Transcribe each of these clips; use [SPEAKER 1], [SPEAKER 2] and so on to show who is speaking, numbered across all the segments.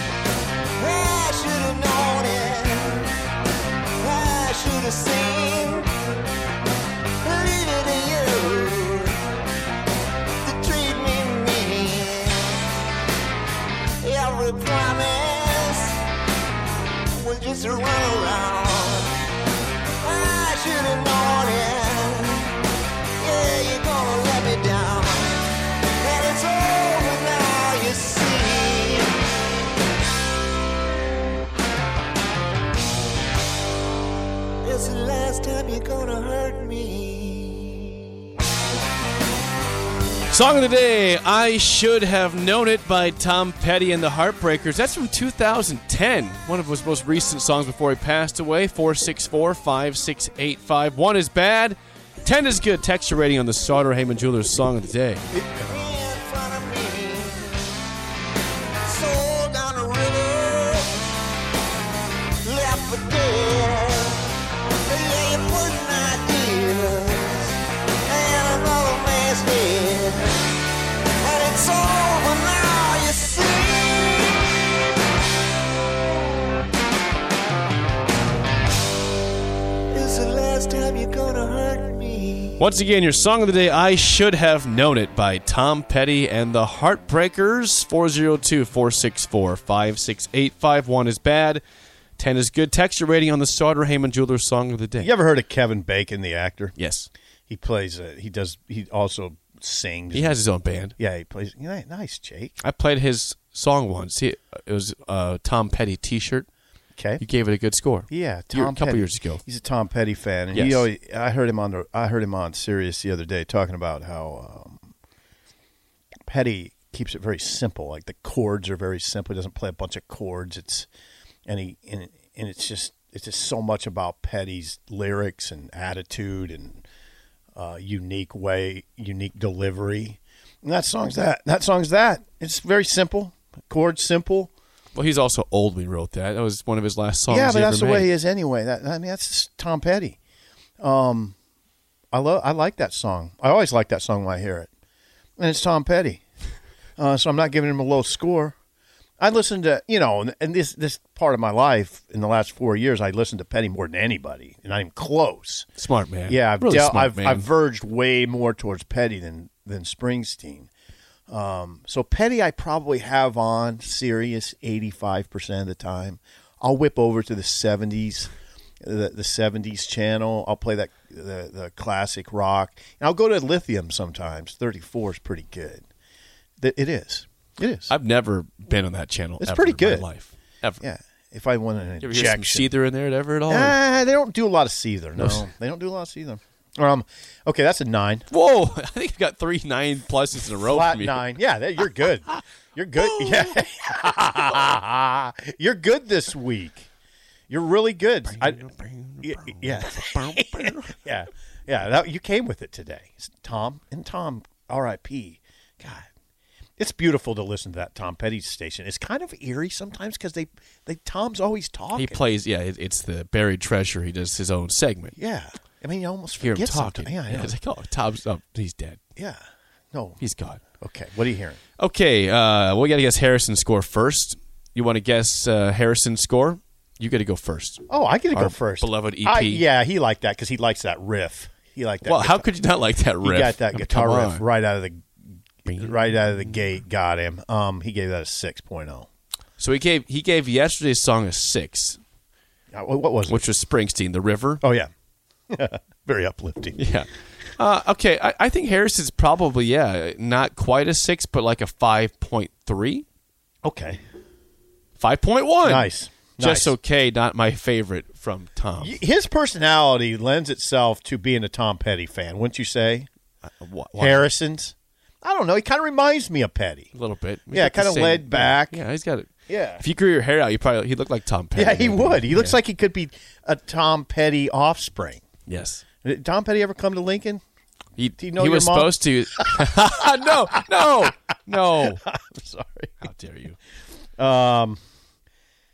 [SPEAKER 1] I should have known it. I should have seen. Leave it to you to treat me mean. Every promise was just a runaround. I should have known it. Yeah, you're gonna let me down, and it's over now. You see. It's the last time you're gonna hurt me.
[SPEAKER 2] Song of the day, I Should Have Known It by Tom Petty and the Heartbreakers. That's from 2010. One of his most recent songs before he passed away, 464 5685. One is bad, 10 is good. Texture rating on the Sauter Heyman Jewelers Song of the Day.
[SPEAKER 1] In front of me. Sold down the river. Left for dead. Yeah, you put my ideas in another man's head. And it's over now, you see. It's the last time you're gonna hurt me.
[SPEAKER 2] Once again, your song of the day, I Should Have Known It by Tom Petty and the Heartbreakers. 402 464 5685. One is bad, 10 is good. Texture rating on the Sauter Heyman Jewelers Song of the Day.
[SPEAKER 3] You ever heard of Kevin Bacon, the actor?
[SPEAKER 2] Yes.
[SPEAKER 3] He plays. Uh, he does. He also sings.
[SPEAKER 2] He has his own band.
[SPEAKER 3] Yeah, he plays. Yeah, nice, Jake.
[SPEAKER 2] I played his song once. He, it was a Tom Petty T-shirt.
[SPEAKER 3] Okay.
[SPEAKER 2] You gave it a good score.
[SPEAKER 3] Yeah,
[SPEAKER 2] Year-
[SPEAKER 3] Tom.
[SPEAKER 2] a couple
[SPEAKER 3] Petty.
[SPEAKER 2] years ago.
[SPEAKER 3] He's a Tom Petty fan, and he
[SPEAKER 2] Yes.
[SPEAKER 3] always, I heard him on the I heard him on Sirius the other day talking about how um, Petty keeps it very simple. Like the chords are very simple. He doesn't play a bunch of chords. It's and he and, and it's just it's just so much about Petty's lyrics and attitude and uh, unique way, unique delivery. And that song's that. That song's that. It's very simple. Chords simple.
[SPEAKER 2] Well, he's also old when he wrote that. That was one of his last songs.
[SPEAKER 3] Yeah, but
[SPEAKER 2] he
[SPEAKER 3] that's the
[SPEAKER 2] ever
[SPEAKER 3] way he
[SPEAKER 2] made.
[SPEAKER 3] is anyway. That I mean, that's just Tom Petty. Um, I love, I like that song. I always like that song when I hear it, and it's Tom Petty. Uh, so I'm not giving him a low score. I listened to you know, and- and this this part of my life in the last four years, I listened to Petty more than anybody, not even close.
[SPEAKER 2] smart man.
[SPEAKER 3] Yeah, I've
[SPEAKER 2] really
[SPEAKER 3] del-
[SPEAKER 2] smart
[SPEAKER 3] I've,
[SPEAKER 2] man.
[SPEAKER 3] I've verged way more towards Petty than than Springsteen. Um, so Petty, I probably have on serious eighty five percent of the time. I'll whip over to the seventies, the the seventies channel. I'll play that the the classic rock, and I'll go to Lithium sometimes. Thirty four is pretty good. Th- It is. It is.
[SPEAKER 2] I've never been on that channel.
[SPEAKER 3] It's
[SPEAKER 2] ever
[SPEAKER 3] pretty
[SPEAKER 2] in my
[SPEAKER 3] good.
[SPEAKER 2] life ever.
[SPEAKER 3] yeah. If I want an
[SPEAKER 2] You ever
[SPEAKER 3] injection,
[SPEAKER 2] hear some Seether in there at ever at all?
[SPEAKER 3] Ah, they don't do a lot of seether. No,
[SPEAKER 2] No.
[SPEAKER 3] they don't do a lot of seether. Um, okay, that's a nine.
[SPEAKER 2] Whoa! I think I've got three nine pluses in a row.
[SPEAKER 3] flat
[SPEAKER 2] from you.
[SPEAKER 3] nine. Yeah, that, you're good. You're good. Yeah, you're good this week. You're really good. I, yeah, yeah, yeah, yeah. That, you came with it today, It's Tom and Tom. R.I.P. God, it's beautiful to listen to that Tom Petty station. It's kind of eerie sometimes because they, they Tom's always talking.
[SPEAKER 2] He plays. Yeah, it, it's the buried treasure. He does his own segment.
[SPEAKER 3] Yeah, I mean, you almost
[SPEAKER 2] Hear
[SPEAKER 3] forget
[SPEAKER 2] him talking.
[SPEAKER 3] sometimes. Yeah, I know.
[SPEAKER 2] it's like, oh, Tom's up. He's dead.
[SPEAKER 3] yeah. No.
[SPEAKER 2] He's gone.
[SPEAKER 3] Okay. What are you hearing?
[SPEAKER 2] Okay, uh, we got to guess Harrison's score first. You want to guess uh, Harrison's score? You got to go first.
[SPEAKER 3] Oh, I get to
[SPEAKER 2] Our
[SPEAKER 3] go first.
[SPEAKER 2] beloved EP.
[SPEAKER 3] I- yeah, he liked that because he likes that riff. He liked that.
[SPEAKER 2] well, how
[SPEAKER 3] guitar-
[SPEAKER 2] could you not like that
[SPEAKER 3] he
[SPEAKER 2] riff?
[SPEAKER 3] got
[SPEAKER 2] I
[SPEAKER 3] that
[SPEAKER 2] mean,
[SPEAKER 3] guitar
[SPEAKER 2] come
[SPEAKER 3] riff
[SPEAKER 2] on.
[SPEAKER 3] right out of the right out of the gate? Got him. Um, he gave that a six oh.
[SPEAKER 2] So he gave he gave yesterday's song a six,
[SPEAKER 3] Uh, What was it?
[SPEAKER 2] which was Springsteen, "The River."
[SPEAKER 3] oh yeah, very uplifting.
[SPEAKER 2] Yeah. Uh, okay, I, I think Harrison's probably yeah, not quite a six, but like a five point three,
[SPEAKER 3] Okay,
[SPEAKER 2] five point one.
[SPEAKER 3] nice.
[SPEAKER 2] Just
[SPEAKER 3] nice.
[SPEAKER 2] okay, not my favorite from Tom.
[SPEAKER 3] Y- his
[SPEAKER 2] Uh,
[SPEAKER 3] personality lends itself to being a Tom Petty fan, wouldn't you say?
[SPEAKER 2] Wh- why?
[SPEAKER 3] Harrison's. I don't know. He kind of reminds me of Petty.
[SPEAKER 2] A little bit. We
[SPEAKER 3] Yeah,
[SPEAKER 2] got the
[SPEAKER 3] kinda
[SPEAKER 2] same-
[SPEAKER 3] laid
[SPEAKER 2] yeah,
[SPEAKER 3] back.
[SPEAKER 2] Yeah, he's got it.
[SPEAKER 3] Yeah.
[SPEAKER 2] If you grew your hair out, you probably he'd look like Tom Petty.
[SPEAKER 3] Yeah, he
[SPEAKER 2] maybe.
[SPEAKER 3] would. He looks
[SPEAKER 2] Yeah.
[SPEAKER 3] like he could be a Tom Petty offspring.
[SPEAKER 2] yes.
[SPEAKER 3] Did Tom Petty ever come to Lincoln?
[SPEAKER 2] He,
[SPEAKER 3] you know
[SPEAKER 2] he
[SPEAKER 3] your
[SPEAKER 2] was
[SPEAKER 3] mom?
[SPEAKER 2] supposed to. no, no, no.
[SPEAKER 3] I'm sorry.
[SPEAKER 2] How dare you?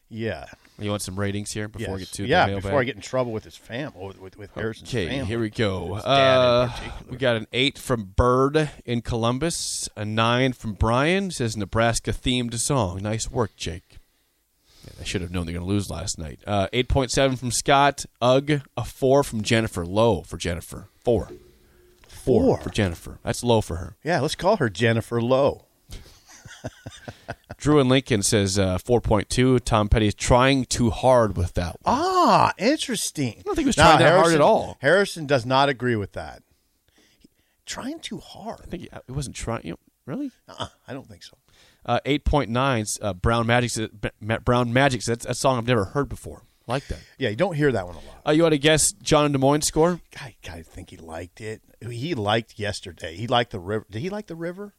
[SPEAKER 3] Yeah.
[SPEAKER 2] You want some ratings here before we
[SPEAKER 3] yes.
[SPEAKER 2] get to
[SPEAKER 3] yeah,
[SPEAKER 2] the mailbag?
[SPEAKER 3] before I get in trouble with his family, with, with, with Harrison's
[SPEAKER 2] Okay,
[SPEAKER 3] family.
[SPEAKER 2] here we go.
[SPEAKER 3] His dad in
[SPEAKER 2] Uh,
[SPEAKER 3] particular.
[SPEAKER 2] we got an eight from Bird in Columbus, a nine from Brian. Says Nebraska themed song. Nice work, Jake. Yeah, I should have known they're going to lose last night. Uh, eight point seven from Scott. Ugh, a four from Jennifer. Low for Jennifer. Four.
[SPEAKER 3] Four.
[SPEAKER 2] for Jennifer. That's low for her.
[SPEAKER 3] Yeah, let's call her Jennifer Lowe.
[SPEAKER 2] Drew and Lincoln says uh, four point two. Tom Petty is trying too hard with that. One.
[SPEAKER 3] Ah, interesting. I
[SPEAKER 2] don't think he was trying that hard at all.
[SPEAKER 3] Harrison does not agree with that. Trying too hard?
[SPEAKER 2] I think it wasn't trying. You know, really.
[SPEAKER 3] Uh-uh, I don't think so.
[SPEAKER 2] Uh, eight point nine. Uh, Brown Magic. says- B- Ma- Brown Magic. says That's a song I've never heard before. I like that.
[SPEAKER 3] Yeah, you don't hear that one a lot.
[SPEAKER 2] Uh, you want to guess John and Des Moines score?
[SPEAKER 3] I, I think he liked it. He liked yesterday. He liked the river. Did he like the river?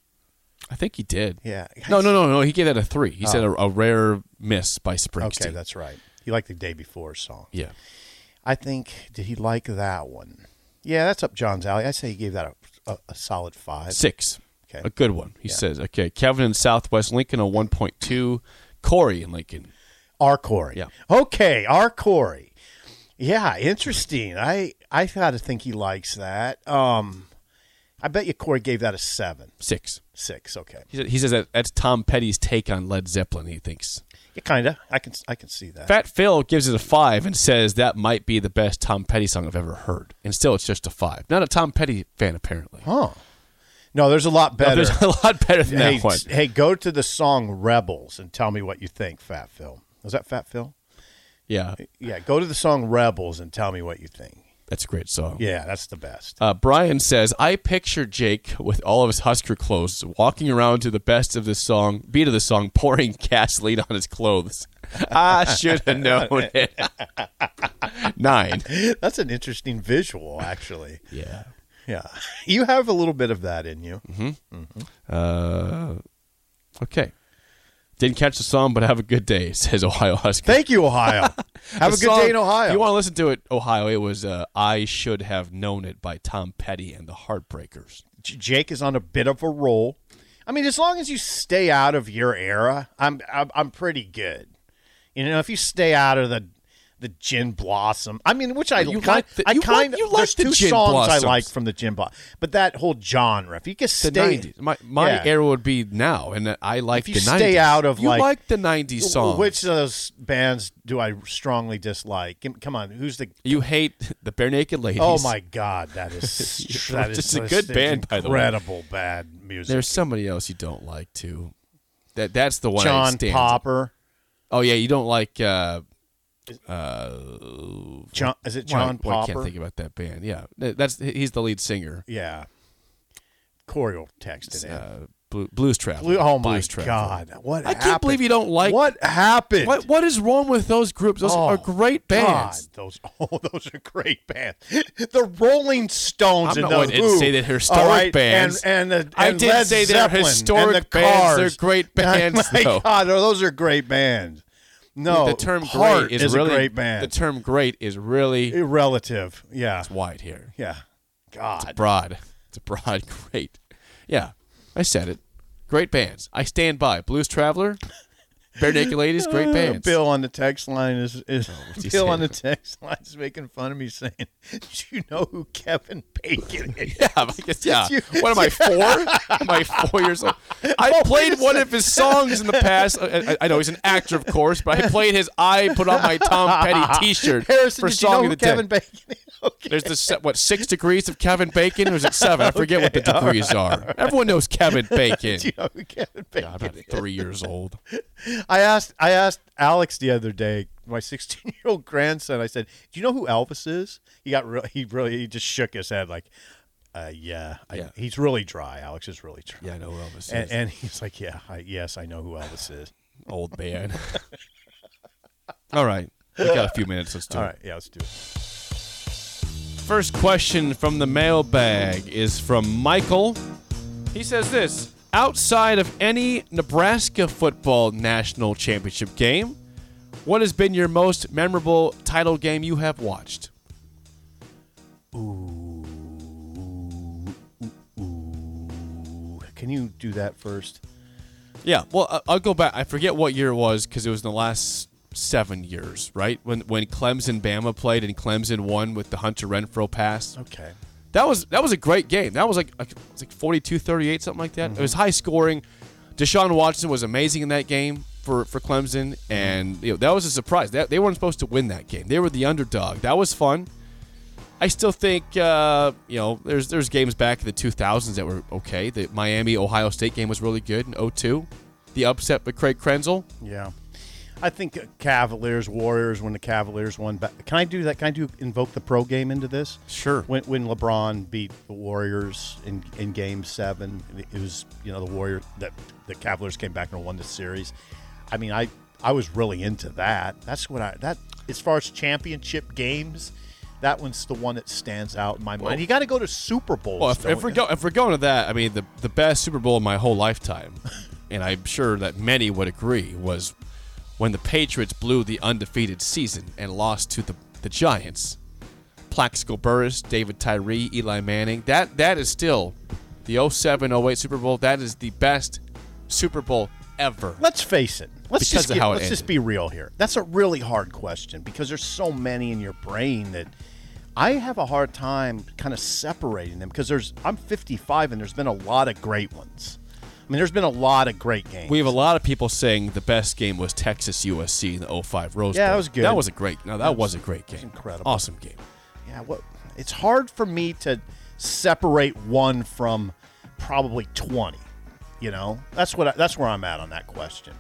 [SPEAKER 2] I think he did. Oh.
[SPEAKER 3] Yeah.
[SPEAKER 2] No, no, no, no. He gave that a three. He said a, a rare miss by Springsteen.
[SPEAKER 3] Okay, that's right. He liked the day before song.
[SPEAKER 2] yeah.
[SPEAKER 3] I think did he like that one? Yeah, that's up John's alley. I say he gave that a, a, a solid five.
[SPEAKER 2] Six.
[SPEAKER 3] Okay.
[SPEAKER 2] A good one. He says. Okay. Kevin in Southwest Lincoln a one point two. Corey in Lincoln.
[SPEAKER 3] R Corey.
[SPEAKER 2] Yeah.
[SPEAKER 3] Okay, R Corey. Yeah, interesting. I I gotta think he likes that. Um, I bet you Corey gave that a seven,
[SPEAKER 2] Six.
[SPEAKER 3] six. Okay,
[SPEAKER 2] He, said, he says that that's Tom Petty's take on Led Zeppelin. He thinks.
[SPEAKER 3] yeah, kinda. I can I can see that.
[SPEAKER 2] Fat Phil gives it a five and says that might be the best Tom Petty song I've ever heard. And still, it's just a five. Not a Tom Petty fan apparently.
[SPEAKER 3] Huh. No, there's a lot better.
[SPEAKER 2] There's a lot better than
[SPEAKER 3] hey,
[SPEAKER 2] that one.
[SPEAKER 3] s- hey, go to the song Rebels and tell me what you think, Fat Phil. Was that Fat Phil?
[SPEAKER 2] Yeah,
[SPEAKER 3] Yeah, go to the song Rebels and tell me what you think.
[SPEAKER 2] that's a great song.
[SPEAKER 3] Yeah, that's the best.
[SPEAKER 2] Uh, Brian says, I picture Jake with all of his Husker clothes walking around to the best of the song, beat of the song, pouring gasoline on his clothes. I should have known it. Nine.
[SPEAKER 3] That's an interesting visual, actually.
[SPEAKER 2] Yeah.
[SPEAKER 3] Yeah, you have a little bit of that in you.
[SPEAKER 2] Uh, Okay. Didn't catch the song, but have a good day, says Ohio Husker.
[SPEAKER 3] Thank you, Ohio. have a good
[SPEAKER 2] The song-
[SPEAKER 3] day in Ohio.
[SPEAKER 2] If you want to listen to it, Ohio, it was uh, I Should Have Known It by Tom Petty and the Heartbreakers.
[SPEAKER 3] J- Jake is on a bit of a roll. I mean, as long as you stay out of your era, I'm I'm, I'm pretty good. You know, if you stay out of the the gin blossom, I mean, which I
[SPEAKER 2] You
[SPEAKER 3] kind,
[SPEAKER 2] like the-
[SPEAKER 3] I
[SPEAKER 2] you
[SPEAKER 3] kind
[SPEAKER 2] like- you like
[SPEAKER 3] there's
[SPEAKER 2] the
[SPEAKER 3] two
[SPEAKER 2] Gin
[SPEAKER 3] songs
[SPEAKER 2] Blossoms.
[SPEAKER 3] I like from the gin blossom, but that whole genre. If you just
[SPEAKER 2] The
[SPEAKER 3] stay,
[SPEAKER 2] 90s. My, my
[SPEAKER 3] Yeah.
[SPEAKER 2] era would be now, and I like
[SPEAKER 3] If you
[SPEAKER 2] the 90s.
[SPEAKER 3] stay out of,
[SPEAKER 2] you
[SPEAKER 3] like-
[SPEAKER 2] the 90s
[SPEAKER 3] W-
[SPEAKER 2] songs.
[SPEAKER 3] Which of those bands do I strongly dislike? Give- Come on, who's the?
[SPEAKER 2] You hate the bare naked ladies.
[SPEAKER 3] Oh my God, that is that is
[SPEAKER 2] It's a
[SPEAKER 3] just
[SPEAKER 2] good band, by the way.
[SPEAKER 3] Incredible bad music.
[SPEAKER 2] There's somebody else you don't like too. That that's the one. that
[SPEAKER 3] John
[SPEAKER 2] stands-
[SPEAKER 3] Popper.
[SPEAKER 2] Oh yeah, you don't like. Uh,
[SPEAKER 3] John is it John
[SPEAKER 2] why- why I
[SPEAKER 3] Popper?
[SPEAKER 2] can't think about that band. Yeah, That- that's he's the lead singer.
[SPEAKER 3] Yeah. Corey will text it in.
[SPEAKER 2] Uh, Blue, Blues Traveler.
[SPEAKER 3] Blue- oh my
[SPEAKER 2] Blues Traveler.
[SPEAKER 3] God! What
[SPEAKER 2] I can't
[SPEAKER 3] happened?
[SPEAKER 2] believe you don't like-
[SPEAKER 3] what happened.
[SPEAKER 2] What what is wrong with those groups? Those
[SPEAKER 3] Oh,
[SPEAKER 2] are great bands.
[SPEAKER 3] God, those oh, those are great bands. The Rolling Stones
[SPEAKER 2] I'm
[SPEAKER 3] and
[SPEAKER 2] not
[SPEAKER 3] the
[SPEAKER 2] one to
[SPEAKER 3] Who,
[SPEAKER 2] say that historic
[SPEAKER 3] all right,
[SPEAKER 2] bands.
[SPEAKER 3] and and, the,
[SPEAKER 2] I
[SPEAKER 3] and
[SPEAKER 2] did
[SPEAKER 3] Led
[SPEAKER 2] say they're
[SPEAKER 3] Zeppelin
[SPEAKER 2] historic
[SPEAKER 3] and the
[SPEAKER 2] bands.
[SPEAKER 3] Cars.
[SPEAKER 2] They're great bands,
[SPEAKER 3] My
[SPEAKER 2] though.
[SPEAKER 3] God, oh, those are great bands. No,
[SPEAKER 2] the term
[SPEAKER 3] Heart
[SPEAKER 2] great is,
[SPEAKER 3] is
[SPEAKER 2] really
[SPEAKER 3] a great band.
[SPEAKER 2] The term great is really
[SPEAKER 3] Irrelative. Yeah,
[SPEAKER 2] wide here.
[SPEAKER 3] yeah. God,
[SPEAKER 2] Broad. It's a broad great. Yeah, I said it. Great bands. I stand by. Blues Traveler, Bare Naked Ladies, great bands. Oh,
[SPEAKER 3] Bill on the text line is, is
[SPEAKER 2] he
[SPEAKER 3] Bill
[SPEAKER 2] say?
[SPEAKER 3] on the text line is making fun of me saying, "Do you know who Kevin Bacon is?"
[SPEAKER 2] Yeah, I guess, yeah.
[SPEAKER 3] You-
[SPEAKER 2] what am I four? am I four years old? I played one of his songs in the past. I, I- I know he's an actor, of course, but I played his. I put on my Tom Petty T-shirt
[SPEAKER 3] Harrison,
[SPEAKER 2] for
[SPEAKER 3] did
[SPEAKER 2] song
[SPEAKER 3] you know
[SPEAKER 2] of
[SPEAKER 3] who
[SPEAKER 2] the
[SPEAKER 3] Kevin
[SPEAKER 2] day.
[SPEAKER 3] Bacon is? Okay.
[SPEAKER 2] There's the se- what six degrees of Kevin Bacon, or is it seven? I forget what the degrees are. Everyone knows Kevin Bacon.
[SPEAKER 3] Do you know who Kevin Bacon
[SPEAKER 2] I'm about three years old.
[SPEAKER 3] I asked I asked Alex the other day, my 16 year old grandson. I said, "Do you know who Elvis is?" He got real. He really he just shook his head like, uh, "Yeah, I,
[SPEAKER 2] Yeah.
[SPEAKER 3] he's really dry." Alex is really dry.
[SPEAKER 2] Yeah, I know who Elvis
[SPEAKER 3] And,
[SPEAKER 2] is.
[SPEAKER 3] and he's like, "Yeah, I, yes, I know who Elvis is."
[SPEAKER 2] old man. All right. We got a few minutes. Let's do
[SPEAKER 3] All
[SPEAKER 2] it.
[SPEAKER 3] right, yeah, let's do it.
[SPEAKER 2] First question from the mailbag is from Michael He says this outside of any Nebraska football national championship game, what has been your most memorable title game you have watched?
[SPEAKER 3] Can you do that first?
[SPEAKER 2] Yeah, well, I- I'll go back. I forget what year it was because it was in the last seven years, right? When when Clemson Bama played and Clemson won with the Hunter Renfro pass.
[SPEAKER 3] Okay.
[SPEAKER 2] That was that was a great game. That was like like, it was like 42-38, something like that. It was high scoring. Deshaun Watson was amazing in that game for, for Clemson, and you know, that was a surprise. That, they weren't supposed to win that game. They were the underdog. That was fun. I still think uh, you know there's there's games back in the 2000s that were okay. The Miami Ohio State game was really good in 02. The upset with Craig Krenzel.
[SPEAKER 3] Yeah. I think Cavaliers, Warriors, when the Cavaliers won back. Can I do that? Can I do invoke the pro game into this?
[SPEAKER 2] Sure.
[SPEAKER 3] When, when LeBron beat the Warriors in, in game seven, it was, you know, the Warriors, that the Cavaliers came back and won the series. I mean, I, I was really into that. That's what I, that, as far as championship games, that one's the one that stands out in my mind. You got to go to Super Bowls.
[SPEAKER 2] Well, if,
[SPEAKER 3] don't
[SPEAKER 2] if we're
[SPEAKER 3] you?
[SPEAKER 2] go, if we're going to that, I mean the the best Super Bowl of my whole lifetime, and I'm sure that many would agree was when the Patriots blew the undefeated season and lost to the the Giants. Plaxico Burris, David Tyree, Eli Manning. That that is still the 07-08 Super Bowl. That is the best Super Bowl ever.
[SPEAKER 3] let's face it.
[SPEAKER 2] Because
[SPEAKER 3] Let's just
[SPEAKER 2] of
[SPEAKER 3] get-
[SPEAKER 2] how it
[SPEAKER 3] let's just
[SPEAKER 2] ended.
[SPEAKER 3] be real here. That's a really hard question because there's so many in your brain that I have a hard time kind of separating them because there's I'm 55 and there's been a lot of great ones. I mean, there's been a lot of great games.
[SPEAKER 2] We have a lot of people saying the best game was Texas USC in the 05 Rose Bowl.
[SPEAKER 3] Yeah, that was good.
[SPEAKER 2] That was a great. No, that was a great game.
[SPEAKER 3] incredible.
[SPEAKER 2] Awesome game.
[SPEAKER 3] yeah, what it's hard for me to separate one from probably 20. You know, that's what I, that's where I'm at on that question.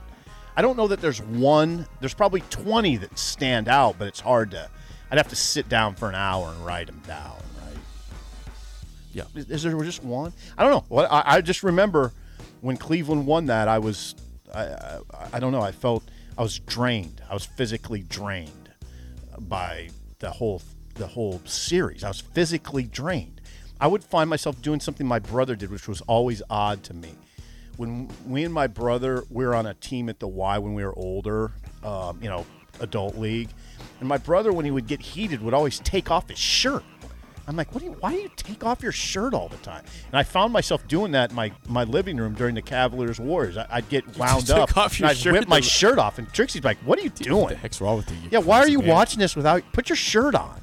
[SPEAKER 3] I don't know that there's one. There's probably 20 that stand out, but it's hard to. I'd have to sit down for an hour and write them down. Right?
[SPEAKER 2] Yeah.
[SPEAKER 3] Is, is there just one? I don't know. What I, I just remember when Cleveland won that, I was I, I I don't know. I felt I was drained. I was physically drained by the whole the whole series. I was physically drained. I would find myself doing something my brother did, which was always odd to me. When we and my brother we were on a team at the Y when we were older, um, you know, adult league, and my brother when he would get heated would always take off his shirt. I'm like, what do you? Why do you take off your shirt all the time? And I found myself doing that in my, my living room during the Cavaliers Warriors. I, I'd get wound
[SPEAKER 2] took
[SPEAKER 3] up,
[SPEAKER 2] off your
[SPEAKER 3] and I'd
[SPEAKER 2] shirt
[SPEAKER 3] whip
[SPEAKER 2] in
[SPEAKER 3] my
[SPEAKER 2] the-
[SPEAKER 3] shirt off, and Trixie's like, "What are you
[SPEAKER 2] What the
[SPEAKER 3] doing?
[SPEAKER 2] heck's wraw with you? you
[SPEAKER 3] Yeah, why are
[SPEAKER 2] crazy
[SPEAKER 3] you
[SPEAKER 2] man?
[SPEAKER 3] watching this without? Put your shirt on.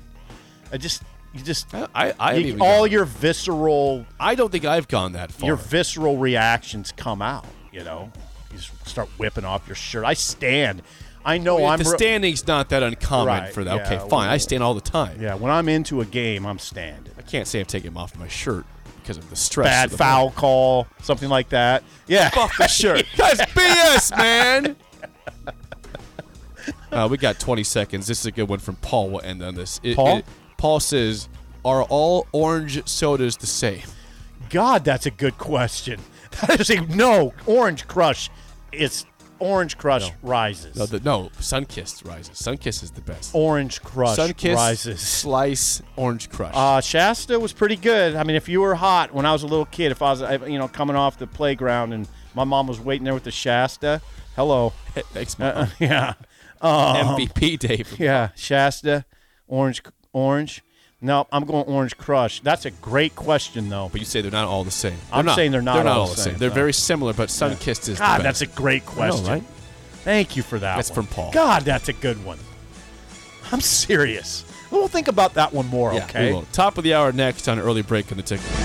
[SPEAKER 3] I just, you just,
[SPEAKER 2] I- I- I haven't
[SPEAKER 3] you-
[SPEAKER 2] even
[SPEAKER 3] all
[SPEAKER 2] gone-
[SPEAKER 3] your visceral,
[SPEAKER 2] I don't think I've gone that far.
[SPEAKER 3] your visceral reactions come out. You know, you just start whipping off your shirt. I stand. I know Oh, I'm
[SPEAKER 2] the
[SPEAKER 3] re-
[SPEAKER 2] standing's not that uncommon
[SPEAKER 3] Right,
[SPEAKER 2] for that. okay,
[SPEAKER 3] yeah,
[SPEAKER 2] fine.
[SPEAKER 3] well-
[SPEAKER 2] I stand all the time.
[SPEAKER 3] Yeah, when I'm into a game, I'm standing.
[SPEAKER 2] I can't say I've taken off my shirt because of the stress.
[SPEAKER 3] Bad
[SPEAKER 2] of the
[SPEAKER 3] foul call, something like that. Yeah.
[SPEAKER 2] Off the shirt. That's BS, man. Uh, we got 20 seconds. This is a good one from Paul. We'll end on this. It-
[SPEAKER 3] Paul?
[SPEAKER 2] it- Paul says, "Are all orange sodas the same?"
[SPEAKER 3] God, that's a good question. That is a no. Orange Crush, it's Orange Crush rises.
[SPEAKER 2] No, the, no Sunkist rises. Sunkist is the best.
[SPEAKER 3] Orange Crush
[SPEAKER 2] Sunkist
[SPEAKER 3] rises.
[SPEAKER 2] slice orange crush.
[SPEAKER 3] Uh, Shasta was pretty good. I mean, if you were hot when I was a little kid, if I was, I- you know, coming off the playground and my mom was waiting there with the Shasta, hello.
[SPEAKER 2] Thanks, Mom.
[SPEAKER 3] Uh, yeah. Um,
[SPEAKER 2] MVP day. for-
[SPEAKER 3] Yeah. Shasta, orange, orange. No, I'm going Orange Crush. That's a great question, though.
[SPEAKER 2] But you say they're not all the same.
[SPEAKER 3] I'm saying they're not
[SPEAKER 2] They're not
[SPEAKER 3] all
[SPEAKER 2] all
[SPEAKER 3] the
[SPEAKER 2] the same.
[SPEAKER 3] same,
[SPEAKER 2] They're
[SPEAKER 3] no.
[SPEAKER 2] very similar, but Sunkist is.
[SPEAKER 3] God,
[SPEAKER 2] the
[SPEAKER 3] that's
[SPEAKER 2] best.
[SPEAKER 3] a great question.
[SPEAKER 2] right?
[SPEAKER 3] Thank you for that.
[SPEAKER 2] That's from
[SPEAKER 3] one.
[SPEAKER 2] Paul.
[SPEAKER 3] God, that's a good one. I'm serious. We'll think about that one more.
[SPEAKER 2] Yeah, we
[SPEAKER 3] okay.
[SPEAKER 2] will. Top of the hour next on early break on the ticket.